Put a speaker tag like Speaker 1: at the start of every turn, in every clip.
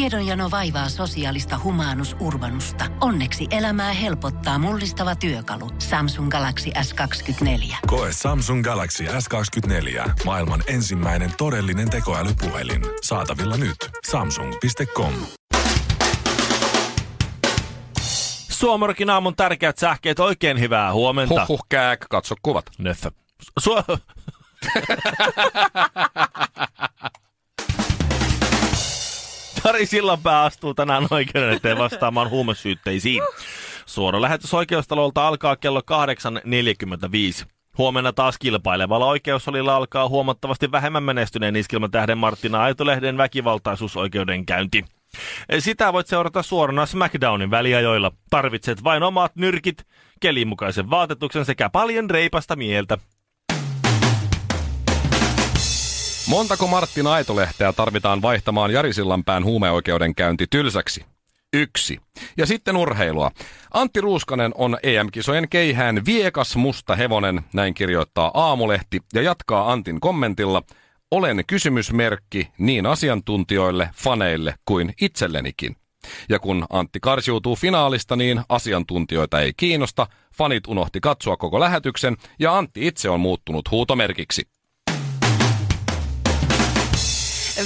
Speaker 1: Tiedonjano vaivaa sosiaalista humanus urbanusta. Onneksi elämää helpottaa mullistava työkalu. Samsung Galaxy S24.
Speaker 2: Koe Samsung Galaxy S24. Maailman ensimmäinen todellinen tekoälypuhelin. Saatavilla nyt. Samsung.com.
Speaker 3: Suomorkin aamun tärkeät sähkeet, oikein hyvää huomenta.
Speaker 4: Huhhuh, kääk, katso kuvat.
Speaker 3: Nöffö. Su- Kari Sillanpää astuu tänään oikeuden eteen vastaamaan huumesyytteisiin. Suora lähetys oikeustalolta alkaa kello 8.45. Huomenna taas kilpailevalla oikeussalilla alkaa huomattavasti vähemmän menestyneen iskelmätähden Martina Aitolehden väkivaltaisuusoikeudenkäynti. Sitä voit seurata suorana SmackDownin väliajoilla. Tarvitset vain omat nyrkit, kelimukaisen vaatetuksen sekä paljon reipasta mieltä.
Speaker 4: Montako Martin Aitolehteä tarvitaan vaihtamaan Jari Sillanpään huumeoikeudenkäynti tylsäksi? Yksi. Ja sitten urheilua. Antti Ruuskanen on EM-kisojen keihään viekas musta hevonen, näin kirjoittaa Aamulehti ja jatkaa Antin kommentilla. Olen kysymysmerkki niin asiantuntijoille, faneille kuin itsellenikin. Ja kun Antti karsiutuu finaalista, niin asiantuntijoita ei kiinnosta, fanit unohti katsoa koko lähetyksen ja Antti itse on muuttunut huutomerkiksi.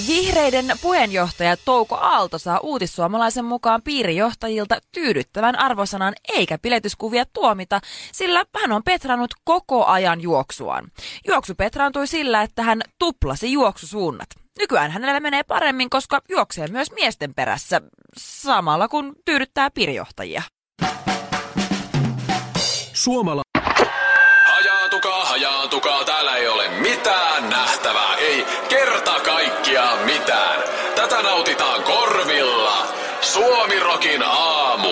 Speaker 5: Vihreiden puheenjohtaja Touko Aalto saa uutissuomalaisen mukaan piirijohtajilta tyydyttävän arvosanan eikä piletyskuvia tuomita, sillä hän on petrannut koko ajan juoksuaan. Juoksu petraantui sillä, että hän tuplasi juoksusuunnat. Nykyään hänellä menee paremmin, koska juoksee myös miesten perässä, samalla kun tyydyttää piirijohtajia.
Speaker 2: Suomala.
Speaker 6: Hajaantukaa, hajaantukaa, täällä ei ole mitään nähtävää, ei kerta kaikkiaan mitään. Tätä nautitaan korvilla. Suomirokin aamu.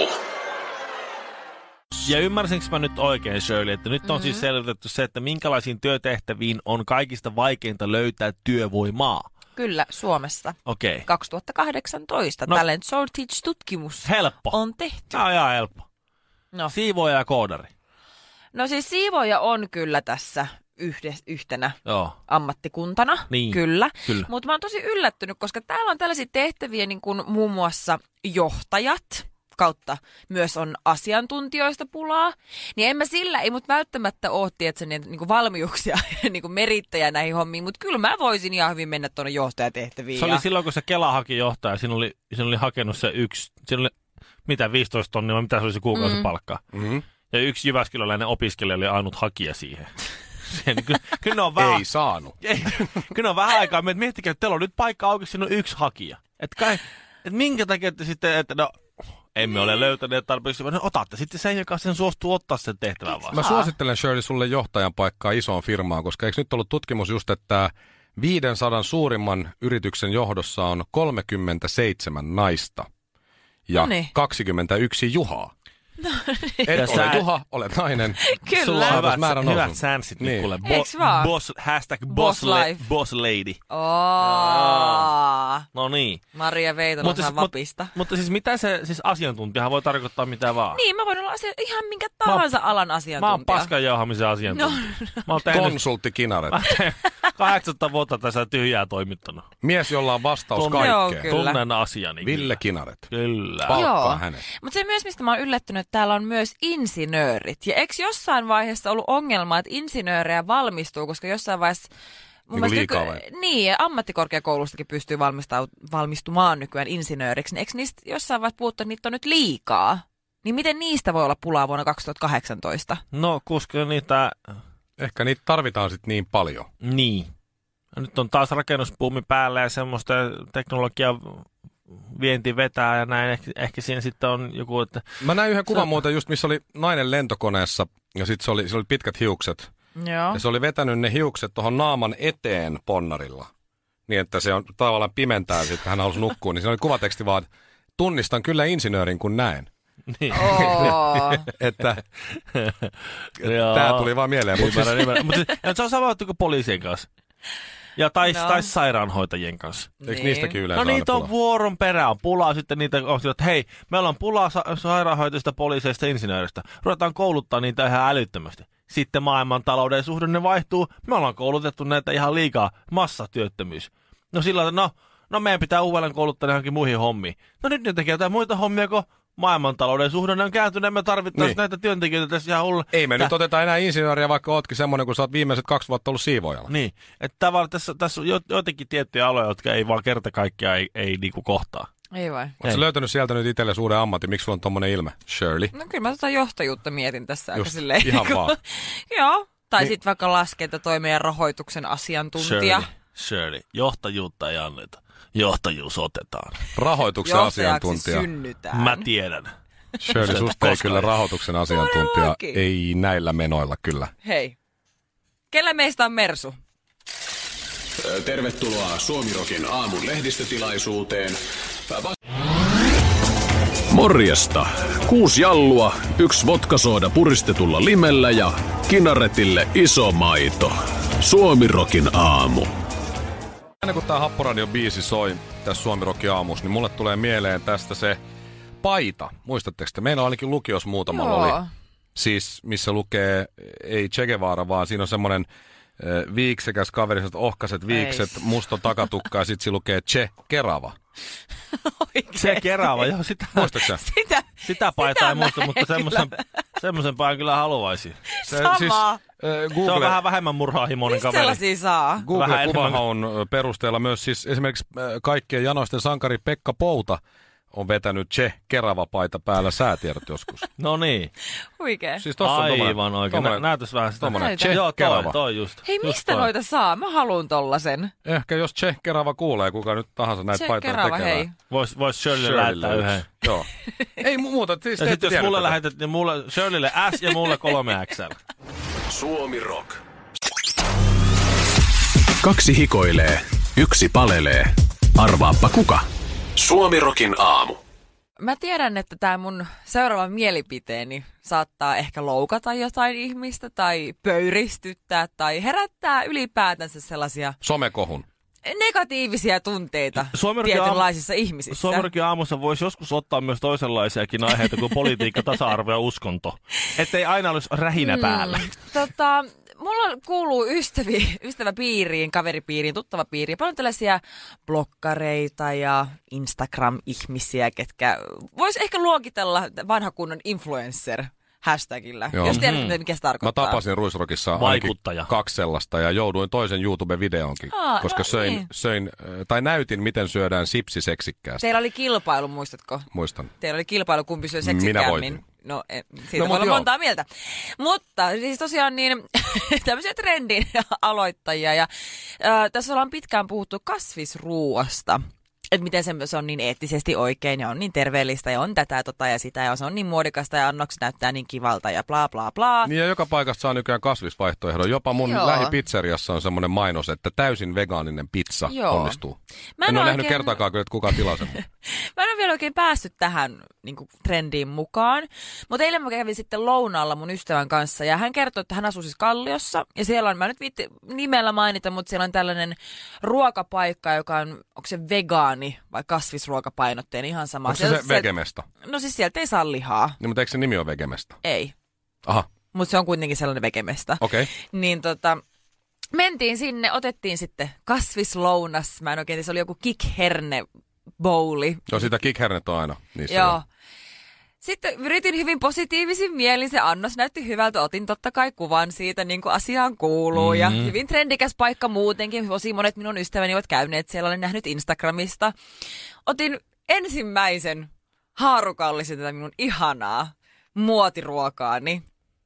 Speaker 3: Ja ymmärsinkö mä nyt oikein, Shirley, että nyt on mm-hmm. siis selvitetty se, että minkälaisiin työtehtäviin on kaikista vaikeinta löytää työvoimaa.
Speaker 5: Kyllä, Suomessa.
Speaker 3: Okei. Okay.
Speaker 5: 2018
Speaker 3: No.
Speaker 5: no. Talent Shortage-tutkimus
Speaker 3: Helppo.
Speaker 5: on tehty.
Speaker 3: Tää on ihan helppo.
Speaker 5: No.
Speaker 3: Siivoja ja koodari.
Speaker 5: No siis siivoja on kyllä tässä yhde, yhtenä
Speaker 3: Joo.
Speaker 5: ammattikuntana,
Speaker 3: Niin,
Speaker 5: kyllä.
Speaker 3: kyllä.
Speaker 5: Mutta mä oon tosi yllättynyt, koska täällä on tällaisia tehtäviä niin kuin muun muassa johtajat kautta myös on asiantuntijoista pulaa, niin en mä sillä, ei mut välttämättä oo, tiedätkö, niin, niin kuin valmiuksia ja niin kuin merittäjä näihin hommiin, mutta kyllä mä voisin ihan hyvin mennä tuonne johtajatehtäviin.
Speaker 3: Se
Speaker 5: ja...
Speaker 3: oli silloin, kun se Kela haki johtaja, siinä oli, siinä oli hakenut se yksi, siinä oli mitä 15 tonnia, vai mitä se oli se kuukausipalkka.
Speaker 4: Mm-hmm.
Speaker 3: Ja yksi Jyväskyläläinen opiskelija oli ainut hakija siihen. Sen, kyllä, kyllä ne on vähän,
Speaker 4: Ei saanut.
Speaker 3: ei, kyllä ne on vähän aikaa, että miettikää, että teillä on nyt paikka auki, siinä on yksi hakija. Et kai, et minkä takia te sitten, että no, emme ole löytäneet tarpeeksi, vaan no, otatte sitten sen, joka sen suostuu ottaa sen tehtävän vaan.
Speaker 4: Mä suosittelen Shirley sulle johtajan paikkaa isoon firmaan, koska eikö nyt ollut tutkimus just, että 500 suurimman yrityksen johdossa on 37 naista ja
Speaker 5: Noniin.
Speaker 4: 21 juhaa.
Speaker 3: Ja
Speaker 4: Et
Speaker 3: sä-
Speaker 4: ole juha, olet nainen.
Speaker 5: No niin. Kyllä.
Speaker 3: Sulla on
Speaker 4: Saatais
Speaker 3: hyvät,
Speaker 4: määrän
Speaker 3: hyvät
Speaker 4: nousun.
Speaker 3: sänssit niin.
Speaker 4: Niin.
Speaker 3: kuule.
Speaker 5: Eiks vaan?
Speaker 3: boss, hashtag boss,
Speaker 5: Boss
Speaker 3: le-
Speaker 5: life.
Speaker 3: boss lady.
Speaker 5: Aa,
Speaker 3: No niin.
Speaker 5: Maria Veitola saa vapista.
Speaker 3: Mut, mutta siis mitä se, siis asiantuntijahan voi tarkoittaa mitä vaan.
Speaker 5: Niin, mä voin olla asia, ihan minkä tahansa alan
Speaker 3: Mä
Speaker 5: asiantuntija.
Speaker 3: oon paskan jauhamisen asiantuntija. No. Mä oon tehnyt
Speaker 4: Konsultti Kinaret.
Speaker 3: kahdeksatta vuotta tässä tyhjää toimittana.
Speaker 4: Mies, jolla on vastaus
Speaker 3: Tunne-
Speaker 5: Joo,
Speaker 4: kaikkeen.
Speaker 5: Kyllä.
Speaker 3: Tunnen asiani.
Speaker 4: Ville Kinaret.
Speaker 3: Kyllä. kyllä.
Speaker 4: Palkkaa
Speaker 5: Joo.
Speaker 4: hänet.
Speaker 5: Mutta se myös, mistä mä oon yllättynyt, että täällä on myös insinöörit. Ja eikö jossain vaiheessa ollut ongelma, että insinöörejä valmistuu, koska jossain vaiheessa...
Speaker 4: Niinku
Speaker 5: mielestä
Speaker 4: liikaa
Speaker 5: Niin, ja ammattikorkeakoulustakin pystyy valmistau- valmistumaan nykyään insinööriksi. Niin eikö niistä jossain vaiheessa puhuttu, että niitä on nyt liikaa? Niin miten niistä voi olla pulaa vuonna 2018?
Speaker 3: No, koska niitä...
Speaker 4: Ehkä niitä tarvitaan sitten niin paljon.
Speaker 3: Niin. Nyt on taas rakennuspuumi päällä ja semmoista teknologiaa vienti vetää ja näin. Ehkä, ehkä siinä sitten on joku, että
Speaker 4: Mä näin yhden
Speaker 3: on-
Speaker 4: kuvan muuten just, missä oli nainen lentokoneessa ja sitten se oli, se oli pitkät hiukset.
Speaker 5: Joo.
Speaker 4: Ja se oli vetänyt ne hiukset tuohon naaman eteen ponnarilla. Niin, että se on tavallaan pimentää sitten, kun hän halusi nukkua. Niin se oli kuvateksti vaan, että tunnistan kyllä insinöörin kun näen.
Speaker 3: niin.
Speaker 5: Oo.
Speaker 4: Että
Speaker 3: Joo.
Speaker 4: tämä tuli vaan mieleen. siis, Mutta
Speaker 3: Ymmärrän, ymmärrän. Mutta se, se on sama juttu kuin poliisien kanssa. Ja tai, no.
Speaker 5: No.
Speaker 3: tai sairaanhoitajien kanssa.
Speaker 5: Niin.
Speaker 4: eikö niistäkin
Speaker 3: No
Speaker 4: yleensä
Speaker 3: niitä
Speaker 4: aina
Speaker 3: on
Speaker 4: pulaa?
Speaker 3: vuoron perään. Pulaa sitten niitä, on sillä, että hei, meillä on pulaa sa- sairaanhoitajista, poliiseista, insinööristä. Ruvetaan kouluttaa niitä ihan älyttömästi. Sitten maailmantalouden suhdanne vaihtuu. Me ollaan koulutettu näitä ihan liikaa. Massatyöttömyys. No sillä lailla, no, no meidän pitää uudelleen kouluttaa ne johonkin muihin hommiin. No nyt ne tekee jotain muita hommia, kun maailmantalouden suhdanne on kääntynyt, me tarvittaisiin niin.
Speaker 4: Niin.
Speaker 3: näitä työntekijöitä tässä ihan hullu.
Speaker 4: Ei me
Speaker 3: Tää-
Speaker 4: nyt oteta enää insinööriä, vaikka ootkin semmoinen, kun sä oot viimeiset kaksi vuotta ollut siivoojalla.
Speaker 3: Niin, että tavallaan tässä, tässä on jo, joitakin tiettyjä aloja, jotka ei vaan kerta kaikkiaan ei, ei niinku kohtaa.
Speaker 5: Ei vai?
Speaker 4: Oletko sä
Speaker 3: Ei.
Speaker 4: löytänyt sieltä nyt itsellesi uuden ammatin? Miksi sulla on tommonen ilme? Shirley.
Speaker 5: No kyllä mä tota johtajuutta mietin tässä aika
Speaker 4: Just,
Speaker 5: silleen.
Speaker 4: ihan
Speaker 5: niin kuin-
Speaker 4: vaan.
Speaker 5: Joo. Tai niin. sitten vaikka laskentatoimen ja rahoituksen asiantuntija.
Speaker 3: Shirley, johtajuutta ei anneta. Johtajuus otetaan.
Speaker 4: Rahoituksen asiantuntija.
Speaker 5: synnytään.
Speaker 3: Mä tiedän.
Speaker 4: Shirley,
Speaker 3: Sä et
Speaker 4: susta ei
Speaker 3: koskaan.
Speaker 4: kyllä rahoituksen asiantuntija.
Speaker 5: Todellakin.
Speaker 4: Ei näillä menoilla kyllä.
Speaker 5: Hei. Kellä meistä on Mersu?
Speaker 6: Tervetuloa Suomirokin aamun lehdistötilaisuuteen. Morjesta. Kuusi jallua, yksi vodkasooda puristetulla limellä ja kinaretille iso maito. Suomirokin aamu.
Speaker 4: Aina kun tämä Happoradio biisi soi tässä Suomi Rock aamussa, niin mulle tulee mieleen tästä se paita. Muistatteko te? Meillä ainakin lukios muutamalla oli. Siis missä lukee, ei Che Guevara, vaan siinä on semmoinen eh, viiksekäs kaveri, sellaiset ohkaset viikset,
Speaker 5: Ei.
Speaker 4: musta takatukka ja sitten siinä lukee Che Kerava.
Speaker 3: Se kerava, joo, sitä,
Speaker 4: Muistatko sä?
Speaker 5: Sitä,
Speaker 3: sitä paitaa ei
Speaker 5: mä
Speaker 3: muista,
Speaker 5: en
Speaker 3: mutta
Speaker 5: kyllä.
Speaker 3: semmoisen, semmoisen paidan kyllä haluaisin.
Speaker 4: Se,
Speaker 5: Samaa.
Speaker 4: eh,
Speaker 3: Se on
Speaker 4: Google,
Speaker 3: vähän vähemmän murhaahimoinen
Speaker 5: Mistä
Speaker 3: siis kaveri.
Speaker 5: sellaisia saa?
Speaker 3: vähän
Speaker 4: Google
Speaker 3: enemmän.
Speaker 4: kuvahaun eh, perusteella myös siis esimerkiksi eh, kaikkien janoisten sankari Pekka Pouta on vetänyt Che Kerava-paita päällä säätiedot joskus.
Speaker 3: No niin,
Speaker 5: Huikee.
Speaker 4: Siis tossa on
Speaker 3: aivan oikein. Nä,
Speaker 4: tommonen-
Speaker 3: näytäs vähän sitä.
Speaker 4: tommonen
Speaker 5: Näytä.
Speaker 3: Joo,
Speaker 4: Kerava.
Speaker 3: toi, toi just.
Speaker 5: Hei,
Speaker 3: just
Speaker 5: mistä
Speaker 3: toi.
Speaker 5: noita saa? Mä haluun tollasen.
Speaker 4: Ehkä jos Che Kerava kuulee, kuka nyt tahansa näitä
Speaker 5: Se
Speaker 4: paitoja
Speaker 5: kerava,
Speaker 4: tekevää.
Speaker 5: hei.
Speaker 3: Vois, vois Shirley
Speaker 4: Shirleylle
Speaker 3: lähettää
Speaker 4: yksi.
Speaker 3: yhden.
Speaker 4: Joo. Ei mu- muuta, siis
Speaker 3: Ja
Speaker 4: te
Speaker 3: sitten
Speaker 4: ette
Speaker 3: jos mulle
Speaker 4: tiennyt tätä.
Speaker 3: lähetät, niin mulle Shirleylle S ja mulle 3 XL.
Speaker 6: Suomi Rock. Kaksi hikoilee, yksi palelee. Arvaappa kuka? Suomirokin aamu.
Speaker 5: Mä tiedän, että tämä mun seuraava mielipiteeni saattaa ehkä loukata jotain ihmistä tai pöyristyttää tai herättää ylipäätänsä sellaisia
Speaker 4: Somekohun.
Speaker 5: negatiivisia tunteita
Speaker 3: Suomirokin aamu-
Speaker 5: tietynlaisissa ihmisissä.
Speaker 3: Suomarkin aamussa voisi joskus ottaa myös toisenlaisiakin aiheita kuin politiikka, tasa-arvo ja uskonto. Ettei aina olisi rähinä mm. päällä.
Speaker 5: Tota, mulla kuuluu ystävi, ystäväpiiriin, kaveripiiriin, tuttavapiiriin paljon tällaisia blokkareita ja Instagram-ihmisiä, ketkä voisi ehkä luokitella vanha kunnon influencer hashtagillä,
Speaker 4: Joo.
Speaker 5: Joo. jos tiedät, mm. mikä se
Speaker 4: Mä
Speaker 5: tarkoittaa.
Speaker 4: tapasin Ruisrokissa ainakin
Speaker 3: Vaikuttaja.
Speaker 4: kaksi sellaista ja jouduin toisen YouTube-videonkin,
Speaker 5: Aa,
Speaker 4: koska
Speaker 5: no
Speaker 4: söin,
Speaker 5: niin.
Speaker 4: söin, äh, tai näytin, miten syödään sipsi seksikkäästi.
Speaker 5: Teillä oli kilpailu, muistatko?
Speaker 4: Muistan.
Speaker 5: Teillä oli kilpailu, kumpi syö
Speaker 4: Minä
Speaker 5: seksikämmin.
Speaker 4: voitin.
Speaker 5: No, en,
Speaker 4: No,
Speaker 5: siitä no,
Speaker 4: mut
Speaker 5: voi olla
Speaker 4: joo.
Speaker 5: montaa mieltä. Mutta siis tosiaan niin, tämmöisiä trendin aloittajia. Ja, ö, tässä ollaan pitkään puhuttu kasvisruuasta. Että miten se, se on niin eettisesti oikein ja on niin terveellistä ja on tätä ja tota ja sitä ja se on niin muodikasta ja annokset näyttää niin kivalta ja bla bla bla.
Speaker 4: Niin ja joka paikasta saa nykyään kasvisvaihtoehdon. Jopa mun
Speaker 5: Joo.
Speaker 4: lähipizzeriassa on semmoinen mainos, että täysin vegaaninen pizza
Speaker 5: Joo.
Speaker 4: onnistuu.
Speaker 5: Mä en
Speaker 4: en ole
Speaker 5: oo
Speaker 4: nähnyt
Speaker 5: oikein-
Speaker 4: kertaakaan kyllä, että kuka tilaa sen.
Speaker 5: Mä en ole vielä oikein päässyt tähän niin kuin, trendiin mukaan, mutta eilen mä kävin sitten lounaalla mun ystävän kanssa ja hän kertoi, että hän asuu siis Kalliossa ja siellä on, mä en nyt viitti nimellä mainita, mutta siellä on tällainen ruokapaikka, joka on, onko se vegaani vai kasvisruokapainotteinen, ihan sama.
Speaker 4: Onko se,
Speaker 5: Siellä-
Speaker 4: se vegemesta?
Speaker 5: No siis sieltä ei saa lihaa,
Speaker 4: Niin, mutta eikö se nimi ole vegemesta?
Speaker 5: ei,
Speaker 4: Aha,
Speaker 5: mutta se on kuitenkin sellainen vegemestä
Speaker 4: okei.
Speaker 5: niin tota, mentiin sinne, otettiin sitten kasvislounas. Mä en oikein, tiedä, se oli joku kikherne bowli.
Speaker 4: Joo, sitä kikhernettä on aina. Niissä
Speaker 5: Joo. Sitten yritin hyvin positiivisin mielin, se annos näytti hyvältä, otin totta kai kuvan siitä, niin kuin asiaan kuuluu. Ja
Speaker 3: Mm-hmm.
Speaker 5: hyvin trendikäs paikka muutenkin, tosi monet minun ystäväni ovat käyneet siellä, olen nähnyt Instagramista. Otin ensimmäisen haarukallisen tätä minun ihanaa muotiruokaani.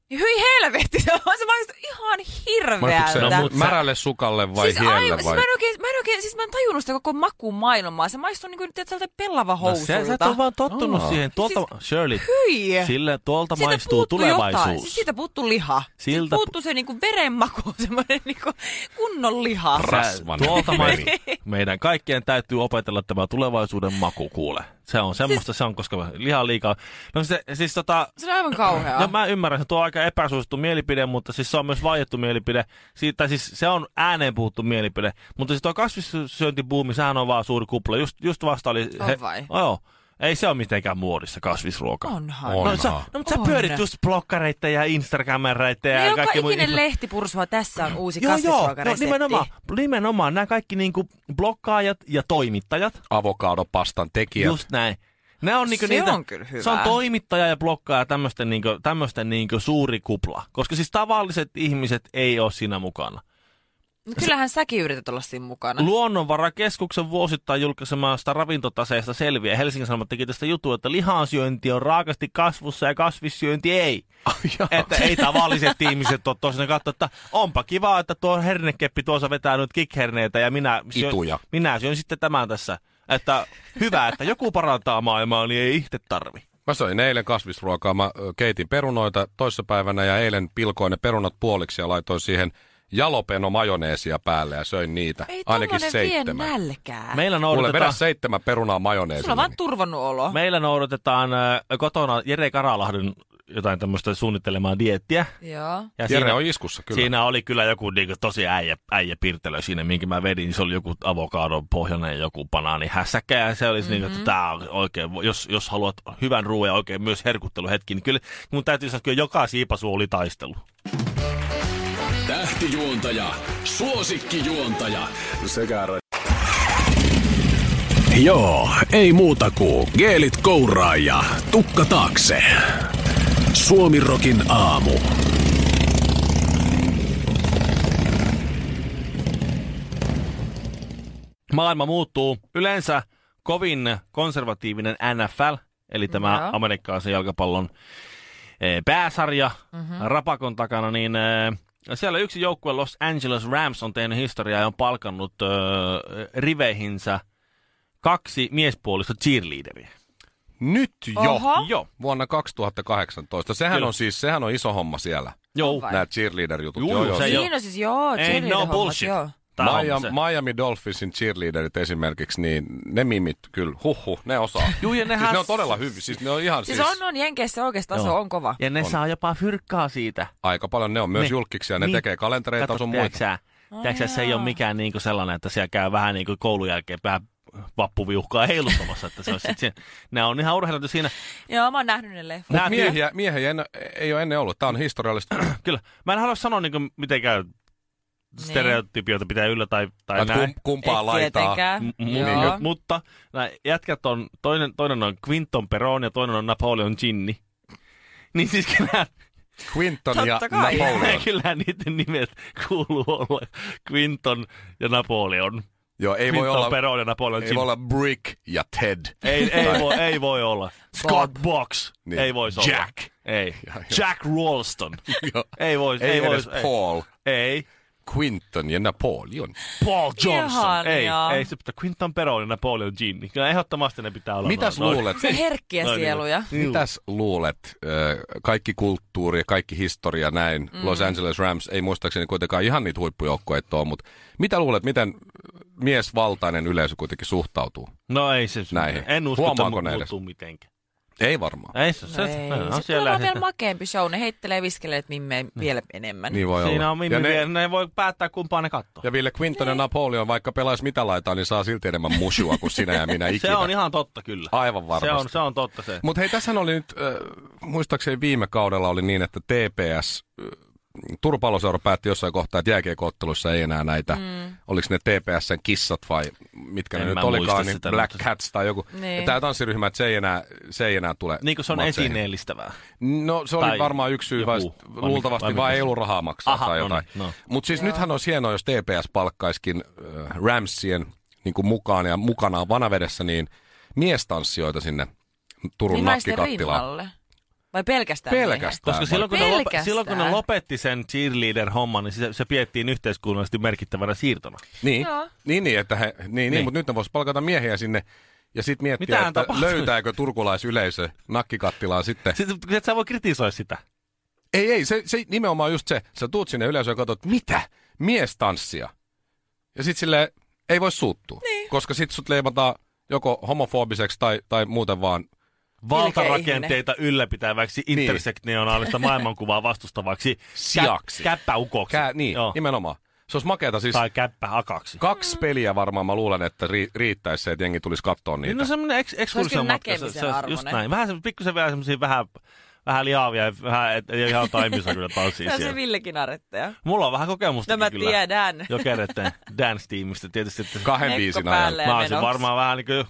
Speaker 5: Ja Hyi helvetti, se on se maistui ihan
Speaker 4: Maistuiko se
Speaker 5: hirveältä.
Speaker 3: No, mut sä-
Speaker 4: märälle sukalle vai
Speaker 5: siis,
Speaker 4: hielle
Speaker 5: aivan-
Speaker 4: vai?
Speaker 5: siis mä en oikein, mä en oikein, siis mä en tajunnut sitä koko makumaailmaa. Se maistuu niin kuin pellava
Speaker 3: No,
Speaker 5: housulta.
Speaker 3: sä, sä et ole vaan tottunut
Speaker 4: Aa.
Speaker 3: siihen. Tuolta, siis, Shirley,
Speaker 5: Hyi!
Speaker 3: sille tuolta
Speaker 5: Siitä
Speaker 3: maistuu
Speaker 5: puuttuu
Speaker 3: tulevaisuus.
Speaker 5: Jotain. Siis siitä puuttuu liha.
Speaker 3: Siltä
Speaker 5: Siltä puuttuu se niinku verenmaku, semmoinen niinku kunnon liha.
Speaker 3: Sä-
Speaker 4: Rasvanen
Speaker 3: Tuolta
Speaker 4: veri.
Speaker 3: maistuu.
Speaker 5: Niin.
Speaker 3: Meidän kaikkien täytyy opetella tämä tulevaisuuden maku, kuule. Se
Speaker 5: Siis-
Speaker 3: on semmoista, se on, koska liha liikaa. No se, siis tota,
Speaker 5: Se on aivan kauheaa.
Speaker 3: No mä ymmärrän, se tuo on aika epäsuosittu mielipide, mutta siis se on myös vaiettu mielipide. Siitä, siis se on ääneen puhuttu mielipide. Mutta siis tuo kasvissyöntibuumi, sehän on vaan suuri kupla. Just, just vasta oli...
Speaker 5: On vai?
Speaker 3: Oh, joo. Ei se ole mitenkään muodissa kasvisruoka.
Speaker 5: Onhan.
Speaker 4: On.
Speaker 3: No, sä,
Speaker 4: Onhan.
Speaker 3: no mutta sä
Speaker 5: On.
Speaker 3: pyörit just blokkareita ja instagramereita
Speaker 5: No,
Speaker 3: ja
Speaker 5: joka
Speaker 3: kaikki
Speaker 5: ikinen lehtipursua tässä on uusi
Speaker 3: Joo, joo. No,
Speaker 5: kasvisruokaresepti.
Speaker 3: nimenomaan, nimenomaan. Nämä kaikki niinku blokkaajat ja toimittajat,
Speaker 4: Avokadopastan tekijät.
Speaker 3: Just näin. Nämä on niinku
Speaker 5: Se
Speaker 3: niitä,
Speaker 5: on kyllä
Speaker 3: Se on
Speaker 5: hyvää.
Speaker 3: toimittaja ja blokkaaja tämmöisten niinku, tämmösten niinku suuri kupla. Koska siis tavalliset ihmiset ei ole siinä mukana.
Speaker 5: No, kyllähän säkin yrität olla siinä mukana.
Speaker 3: Luonnonvarakeskuksen vuosittain julkaisemasta ravintotaseesta selviää. Helsingin Sanomat teki tästä jutun, että lihansyönti on raakasti kasvussa ja kasvissyönti ei. että ei tavalliset ihmiset ole tosiaan katsoa, että onpa kiva, että tuo hernekeppi tuossa vetää nyt kikherneitä ja minä, syön-
Speaker 4: Ituja.
Speaker 3: minä syön sitten tämän tässä. Että hyvä, että joku parantaa maailmaa, niin ei itse tarvi.
Speaker 4: Mä söin eilen kasvisruokaa. Mä ö, keitin perunoita toissapäivänä ja eilen pilkoin ne perunat puoliksi ja laitoin siihen jalopeno majoneesia päälle ja söin niitä.
Speaker 5: Ei
Speaker 4: Ainakin
Speaker 5: tommonen vie
Speaker 4: seitsemän.
Speaker 5: nälkää.
Speaker 3: Meillä
Speaker 4: Mulle vedä
Speaker 3: noudatetaan,
Speaker 4: seitsemän perunaa niin majoneesilla.
Speaker 5: Sulla on vaan turvonnut olo.
Speaker 3: meillä noudatetaan äh, kotona Jere Karalahden jotain tämmöistä suunnittelemaa diettiä.
Speaker 5: Joo.
Speaker 3: Ja
Speaker 4: Jere on iskussa, kyllä.
Speaker 3: Siinä oli kyllä joku niin tosi äijä, äijä pirtelö siinä, minkä mä vedin. niin Se oli joku avokadon pohjainen joku banaani hässäkkä. Ja se oli mm-hmm. niin, että tää on oikein, jos, jos haluat hyvän ruoan ja oikein myös herkutteluhetki, niin kyllä mun täytyy sanoa, että kyllä joka siipasu oli taistelu.
Speaker 6: Tähtijuontaja, suosikkijuontaja No sekä... ra-
Speaker 2: Joo,
Speaker 6: Ei muuta kuin geelit kouraa ja tukka taakse. Suomirokin aamu.
Speaker 3: Maailma muuttuu. Yleensä kovin konservatiivinen NFL, eli tämä
Speaker 5: Joo.
Speaker 3: amerikkalaisen jalkapallon eh, pääsarja
Speaker 5: Mhm.
Speaker 3: mm-hmm. Rapakon takana, niin eh, siellä yksi joukkue Los Angeles Rams on tehnyt historiaa ja on palkannut eh, riveihinsä kaksi miespuolista cheerleaderiä.
Speaker 4: Nyt jo.
Speaker 5: Oho.
Speaker 3: Joo.
Speaker 4: Vuonna 2018. Sehän
Speaker 3: Kyllä.
Speaker 4: on siis sehän on iso homma siellä.
Speaker 3: Joo.
Speaker 5: Vai?
Speaker 4: Nämä cheerleader-jutut.
Speaker 3: Juu,
Speaker 4: joo.
Speaker 3: se ei oo-
Speaker 5: Siinä on siis joo,
Speaker 3: Ei, ne on
Speaker 5: cheerleader-hommat,
Speaker 3: no bullshit.
Speaker 5: Joo.
Speaker 3: Tää on
Speaker 4: Miami,
Speaker 3: se.
Speaker 4: Miami Dolphinsin cheerleaderit esimerkiksi, niin ne mimit kyllä, huhhuh, ne osaa.
Speaker 3: Juu, ja nehän-
Speaker 4: siis ne on todella hyviä, siis ne on ihan siis,
Speaker 5: Siis on, on Jenkeissä oikeastaan se
Speaker 3: Joo.
Speaker 5: on kova.
Speaker 3: Ja ne on. saa jopa fyrkkaa siitä.
Speaker 4: aika paljon, ne on myös
Speaker 3: Niin.
Speaker 4: julkkiksia, ne
Speaker 3: Niin.
Speaker 4: tekee kalentereita sun muita.
Speaker 3: tiedäksä, tiedäksä, se ei ole mikään niinku sellainen, että siellä käy vähän niin kuin koulun jälkeen vähän vappuviuhkaa heiluttamassa. Että se on sit se, nämä on ihan urheilijoita siinä.
Speaker 5: Joo, mä oon nähnyt ne leffat.
Speaker 3: Nää
Speaker 4: Mut miehiä, miehiä en, ei ole ennen ollut. Tämä on historiallista.
Speaker 3: Kyllä. Mä en halua sanoa niin kuin, mitenkään stereotypioita pitää yllä tai, tai
Speaker 4: Että
Speaker 3: näin.
Speaker 4: kum, kumpaa
Speaker 5: Et
Speaker 4: laitaa.
Speaker 5: tietenkään.
Speaker 3: M-
Speaker 5: Joo.
Speaker 3: Niin, mut- mutta nämä jätkät on, toinen, toinen on Quinton Peron ja toinen on Napoleon Ginni. Niin siis kyllä,
Speaker 4: Quinton ja
Speaker 5: Totta kai.
Speaker 4: Napoleon.
Speaker 3: kyllä niiden nimet kuuluu olla Quinton ja Napoleon.
Speaker 4: Joo, ei voi
Speaker 3: Quinton
Speaker 4: olla,
Speaker 3: Peron ja Napoleon
Speaker 4: ei
Speaker 3: Ginni.
Speaker 4: voi olla Brick ja Ted.
Speaker 3: Ei, ei, voi, ei voi olla. Scott Box.
Speaker 4: Niin.
Speaker 3: Ei voisi
Speaker 4: Jack.
Speaker 3: olla. Ei.
Speaker 4: Ja, ja.
Speaker 3: Jack Ralston.
Speaker 4: Joo.
Speaker 3: ei voisi.
Speaker 4: Ei,
Speaker 3: Ei,
Speaker 4: edes
Speaker 3: voisi.
Speaker 4: Paul.
Speaker 3: Ei. ei.
Speaker 4: Quinton ja Napoleon.
Speaker 3: Paul Johnson.
Speaker 5: Ihania.
Speaker 3: Ei. Ei se pitää Quinton Peron ja Napoleon Ginni. Kyllä ehdottomasti ne pitää olla.
Speaker 4: Mitäs
Speaker 3: noin-
Speaker 4: luulet?
Speaker 5: Se herkkiä
Speaker 3: noin-
Speaker 5: sieluja.
Speaker 3: Juu.
Speaker 4: Mitäs luulet? ö, Kaikki kulttuuri ja kaikki historia näin.
Speaker 3: Mm.
Speaker 4: Los Angeles Rams ei muistaakseni kuitenkaan ihan niitä huippujoukkoita ole, mutta mitä luulet, miten miesvaltainen yleisö kuitenkin suhtautuu?
Speaker 3: No ei se.
Speaker 4: Näihin.
Speaker 3: En usko,
Speaker 4: Huomaako
Speaker 3: että
Speaker 4: ne
Speaker 3: se
Speaker 4: edes?
Speaker 3: muuttuu mitenkään.
Speaker 4: Ei varmaan.
Speaker 3: Ei se.
Speaker 5: No
Speaker 3: se,
Speaker 5: ei,
Speaker 3: ne on
Speaker 5: se
Speaker 3: siellä Mm.
Speaker 5: siellä on vielä
Speaker 3: sitten.
Speaker 5: makeampi show. Ne heittelee viskeleet mimme vielä enemmän.
Speaker 4: Niin voi
Speaker 3: Siinä
Speaker 4: olla.
Speaker 3: on mimmi
Speaker 4: ja,
Speaker 3: vielä. Ne voi päättää kumpaan ne katsoo.
Speaker 4: ja Ville Quinton ja Napoleon, vaikka pelaisi mitä laitaa, niin saa silti enemmän musua kuin sinä ja minä ikinä.
Speaker 3: Se on ihan totta kyllä.
Speaker 4: Aivan varmasti.
Speaker 3: Se on, se on totta se.
Speaker 4: Mutta hei, tässä oli nyt, äh, muistaakseni viime kaudella oli niin, että TPS, äh, Turun palloseura päätti jossain kohtaa, että jääkiekoottelussa ei enää näitä, mm. oliko ne TPSn kissat vai mitkä
Speaker 3: En
Speaker 4: ne
Speaker 3: mä
Speaker 4: nyt olikaan,
Speaker 3: muista
Speaker 4: niin
Speaker 3: sitä,
Speaker 4: Black
Speaker 3: mutta-
Speaker 4: Cats tai joku.
Speaker 5: Niin.
Speaker 4: Niin. Tämä tanssiryhmä, että se ei enää, se ei enää tule
Speaker 3: Niin kuin se on
Speaker 4: matseihin.
Speaker 3: esineellistävää.
Speaker 4: No se oli
Speaker 3: Tai
Speaker 4: varmaan yksi syy,
Speaker 3: joku,
Speaker 4: vai
Speaker 3: vai mikä-
Speaker 4: luultavasti
Speaker 3: vai
Speaker 4: vaan
Speaker 3: mikä
Speaker 4: ei
Speaker 3: se-
Speaker 4: ollut rahaa maksaa
Speaker 3: Aha,
Speaker 4: tai
Speaker 3: no
Speaker 4: jotain.
Speaker 3: niin, no.
Speaker 4: Mutta siis Joo. nythän olisi hienoa, jos TPS palkkaiskin äh, Ramsien niin kuin mukaan ja mukanaan vanavedessä, niin miestanssijoita sinne Turun
Speaker 5: Niin naisten
Speaker 4: nakkikattilaan.
Speaker 5: rinnalle. Vai pelkästään
Speaker 4: Pelkästään.
Speaker 3: Koska
Speaker 4: vai-
Speaker 3: silloin kun, ne lop,
Speaker 5: Pelkästään.
Speaker 3: silloin kun ne lopetti sen cheerleader-homman, niin se, se piettiin yhteiskunnallisesti merkittävänä siirtona.
Speaker 4: Niin,
Speaker 5: Joo.
Speaker 4: niin, niin, että he, niin, niin. niin mutta nyt ne vois palkata miehiä sinne ja sitten miettiä,
Speaker 3: Mitähän
Speaker 4: että
Speaker 3: tapahtuu?
Speaker 4: löytääkö turkulaisyleisö nakkikattilaan sitten.
Speaker 3: Sitten Siis, kun et sä voi kritisoida sitä.
Speaker 4: Ei, ei, se, se nimenomaan just se. Sä tuut sinne yleisöön ja katsot, mitä? Miestanssia. Ja sit sille ei voi suuttua. Niin. Koska sit sut leimataan joko homofobiseksi tai, tai muuten vaan.
Speaker 3: Valtarakenteita ylläpitäväksi,
Speaker 4: Niin.
Speaker 3: intersektionaalista maailmankuvaa vastustavaksi
Speaker 4: Sijaksi.
Speaker 3: Kä, käppäukoksi.
Speaker 4: Kää, niin, Joo.
Speaker 3: Joo.
Speaker 4: nimenomaan. Se olisi makeata siis.
Speaker 3: Tai käppä akaksi.
Speaker 4: Kaksi peliä varmaan mä luulen, että ri- riittäisi se, että jengi tulisi katsoa niitä.
Speaker 3: Niin no semmoinen eks- ekskursion
Speaker 5: kyllä
Speaker 3: matka.
Speaker 5: näkemisen
Speaker 3: olisi just
Speaker 5: arvoinen.
Speaker 3: näin. Vähän se, pikkusen vielä semmoisia vähän, vähän liaavia ja vähän, et, ei ole ihan taimissa kyllä tanssia
Speaker 5: No Se on
Speaker 3: siis
Speaker 5: se
Speaker 3: siellä.
Speaker 5: Villekin aretteja.
Speaker 3: Mulla on vähän kokemusta
Speaker 5: No mä
Speaker 3: kyllä.
Speaker 5: tiedän.
Speaker 3: Jokereiden dance-tiimistä tietysti. Että
Speaker 4: Kahden
Speaker 5: Mekko
Speaker 4: biisin ajan.
Speaker 5: päälle.
Speaker 3: mä olisin
Speaker 5: menoksi.
Speaker 3: varmaan vähän niin kuin,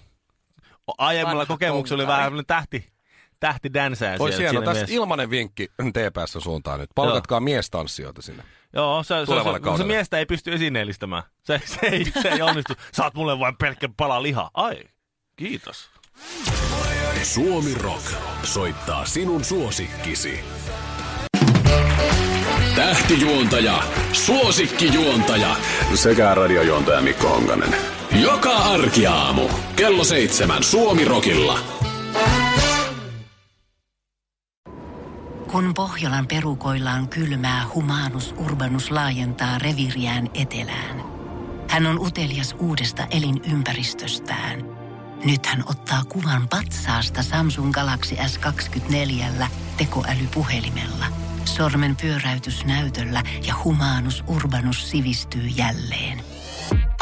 Speaker 3: aiemmalla
Speaker 5: Vanha
Speaker 3: kokemuksella oli
Speaker 5: konkari.
Speaker 3: vähän semmoinen tähti, tähti dänsää
Speaker 4: Olisi
Speaker 3: siellä.
Speaker 4: hienoa.
Speaker 3: siinä
Speaker 4: Tässä
Speaker 3: mielessä.
Speaker 4: ilmanen vinkki TPS suuntaan nyt. Palkatkaa miestanssijoita sinne.
Speaker 3: Joo, se, se,
Speaker 4: Tulevalle
Speaker 3: se, se, se
Speaker 4: kaudelle.
Speaker 3: miestä ei pysty esineellistämään. Se, se, ei, se ei onnistu. Saat mulle vain pelkkä pala lihaa. Ai, kiitos.
Speaker 6: Suomi Rock soittaa sinun suosikkisi. Tähtijuontaja, suosikkijuontaja No sekä radiojuontaja Mikko Honkanen. Joka arkiaamu kello seitsemän Suomi Rockilla.
Speaker 1: Kun Pohjolan perukoillaan kylmää, humanus urbanus laajentaa reviriään etelään. Hän on utelias uudesta elinympäristöstään. Nyt hän ottaa kuvan patsaasta Samsung Galaxy S24 tekoälypuhelimella. Sormen pyöräytys näytöllä ja humanus urbanus sivistyy jälleen.